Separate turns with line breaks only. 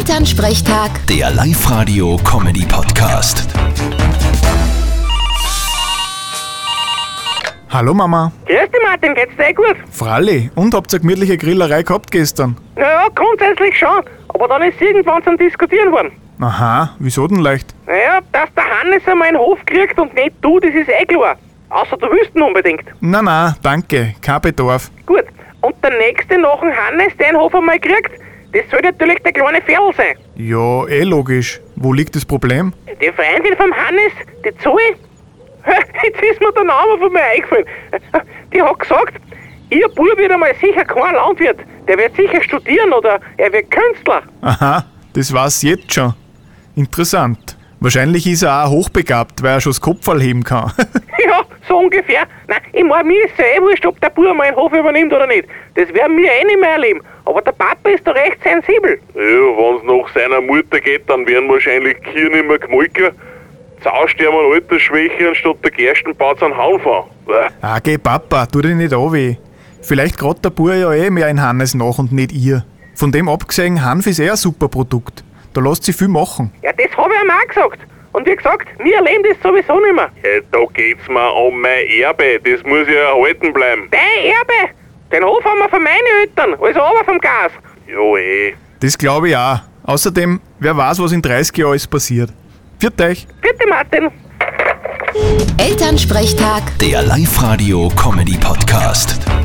Elternsprechtag,
Der Live-Radio-Comedy-Podcast.
Hallo Mama.
Grüß dich Martin, geht's dir eh gut?
Fralli, und habt ihr gemütliche Grillerei gehabt gestern?
Naja, grundsätzlich schon, aber dann ist irgendwann zum Diskutieren worden.
Aha, wieso denn leicht?
Naja, dass der Hannes einmal einen Hof kriegt und nicht du, das ist eh klar. Außer du willst ihn unbedingt.
Na na, danke, kein Bedarf.
Gut, und der nächste nach dem Hannes, der einen Hof einmal kriegt, das soll natürlich der kleine Ferl sein.
Ja, eh logisch. Wo liegt das Problem?
Die Freundin vom Hannes, die Zoe, jetzt ist mir der Name von mir eingefallen. Die hat gesagt, ihr Bub wird einmal sicher kein Landwirt. Der wird sicher studieren oder er wird Künstler.
Aha, das war's jetzt schon. Interessant. Wahrscheinlich ist er auch hochbegabt, weil er schon das Kopferl heben kann.
Ja, so ungefähr. Nein, ich mein, mir ist ja eh wurscht, ob der Bub meinen Hof übernimmt oder nicht. Das werden wir eh nicht mehr erleben. Aber der Papa ist da recht sensibel.
Ja, wenn's nach seiner Mutter geht, dann werden wahrscheinlich Kühe nicht mehr gemolken. Zau sterben an Altersschwäche anstatt der Gersten baut einen Hahn fahren. Bäh.
ah, geh Papa, tu dir nicht an weh. Vielleicht grad der Bub ja eh mehr in Hannes nach und nicht ihr. Von dem abgesehen, Hanf ist eh ein super Produkt. Da lässt sie viel machen.
Ja, das habe ich ihm auch gesagt. Und wie gesagt, wir erleben das sowieso nicht mehr.
Hey, Äh, da geht's mir um mein Erbe, das muss ja erhalten bleiben.
Dein Erbe, den Hof haben wir von meinen Eltern, also aber vom Gas.
Jo eh.
Das glaube ich auch. Außerdem, wer weiß, was in 30 Jahren alles passiert. Viert euch!
Bitte, Martin.
Elternsprechtag.
Der Live-Radio-Comedy-Podcast.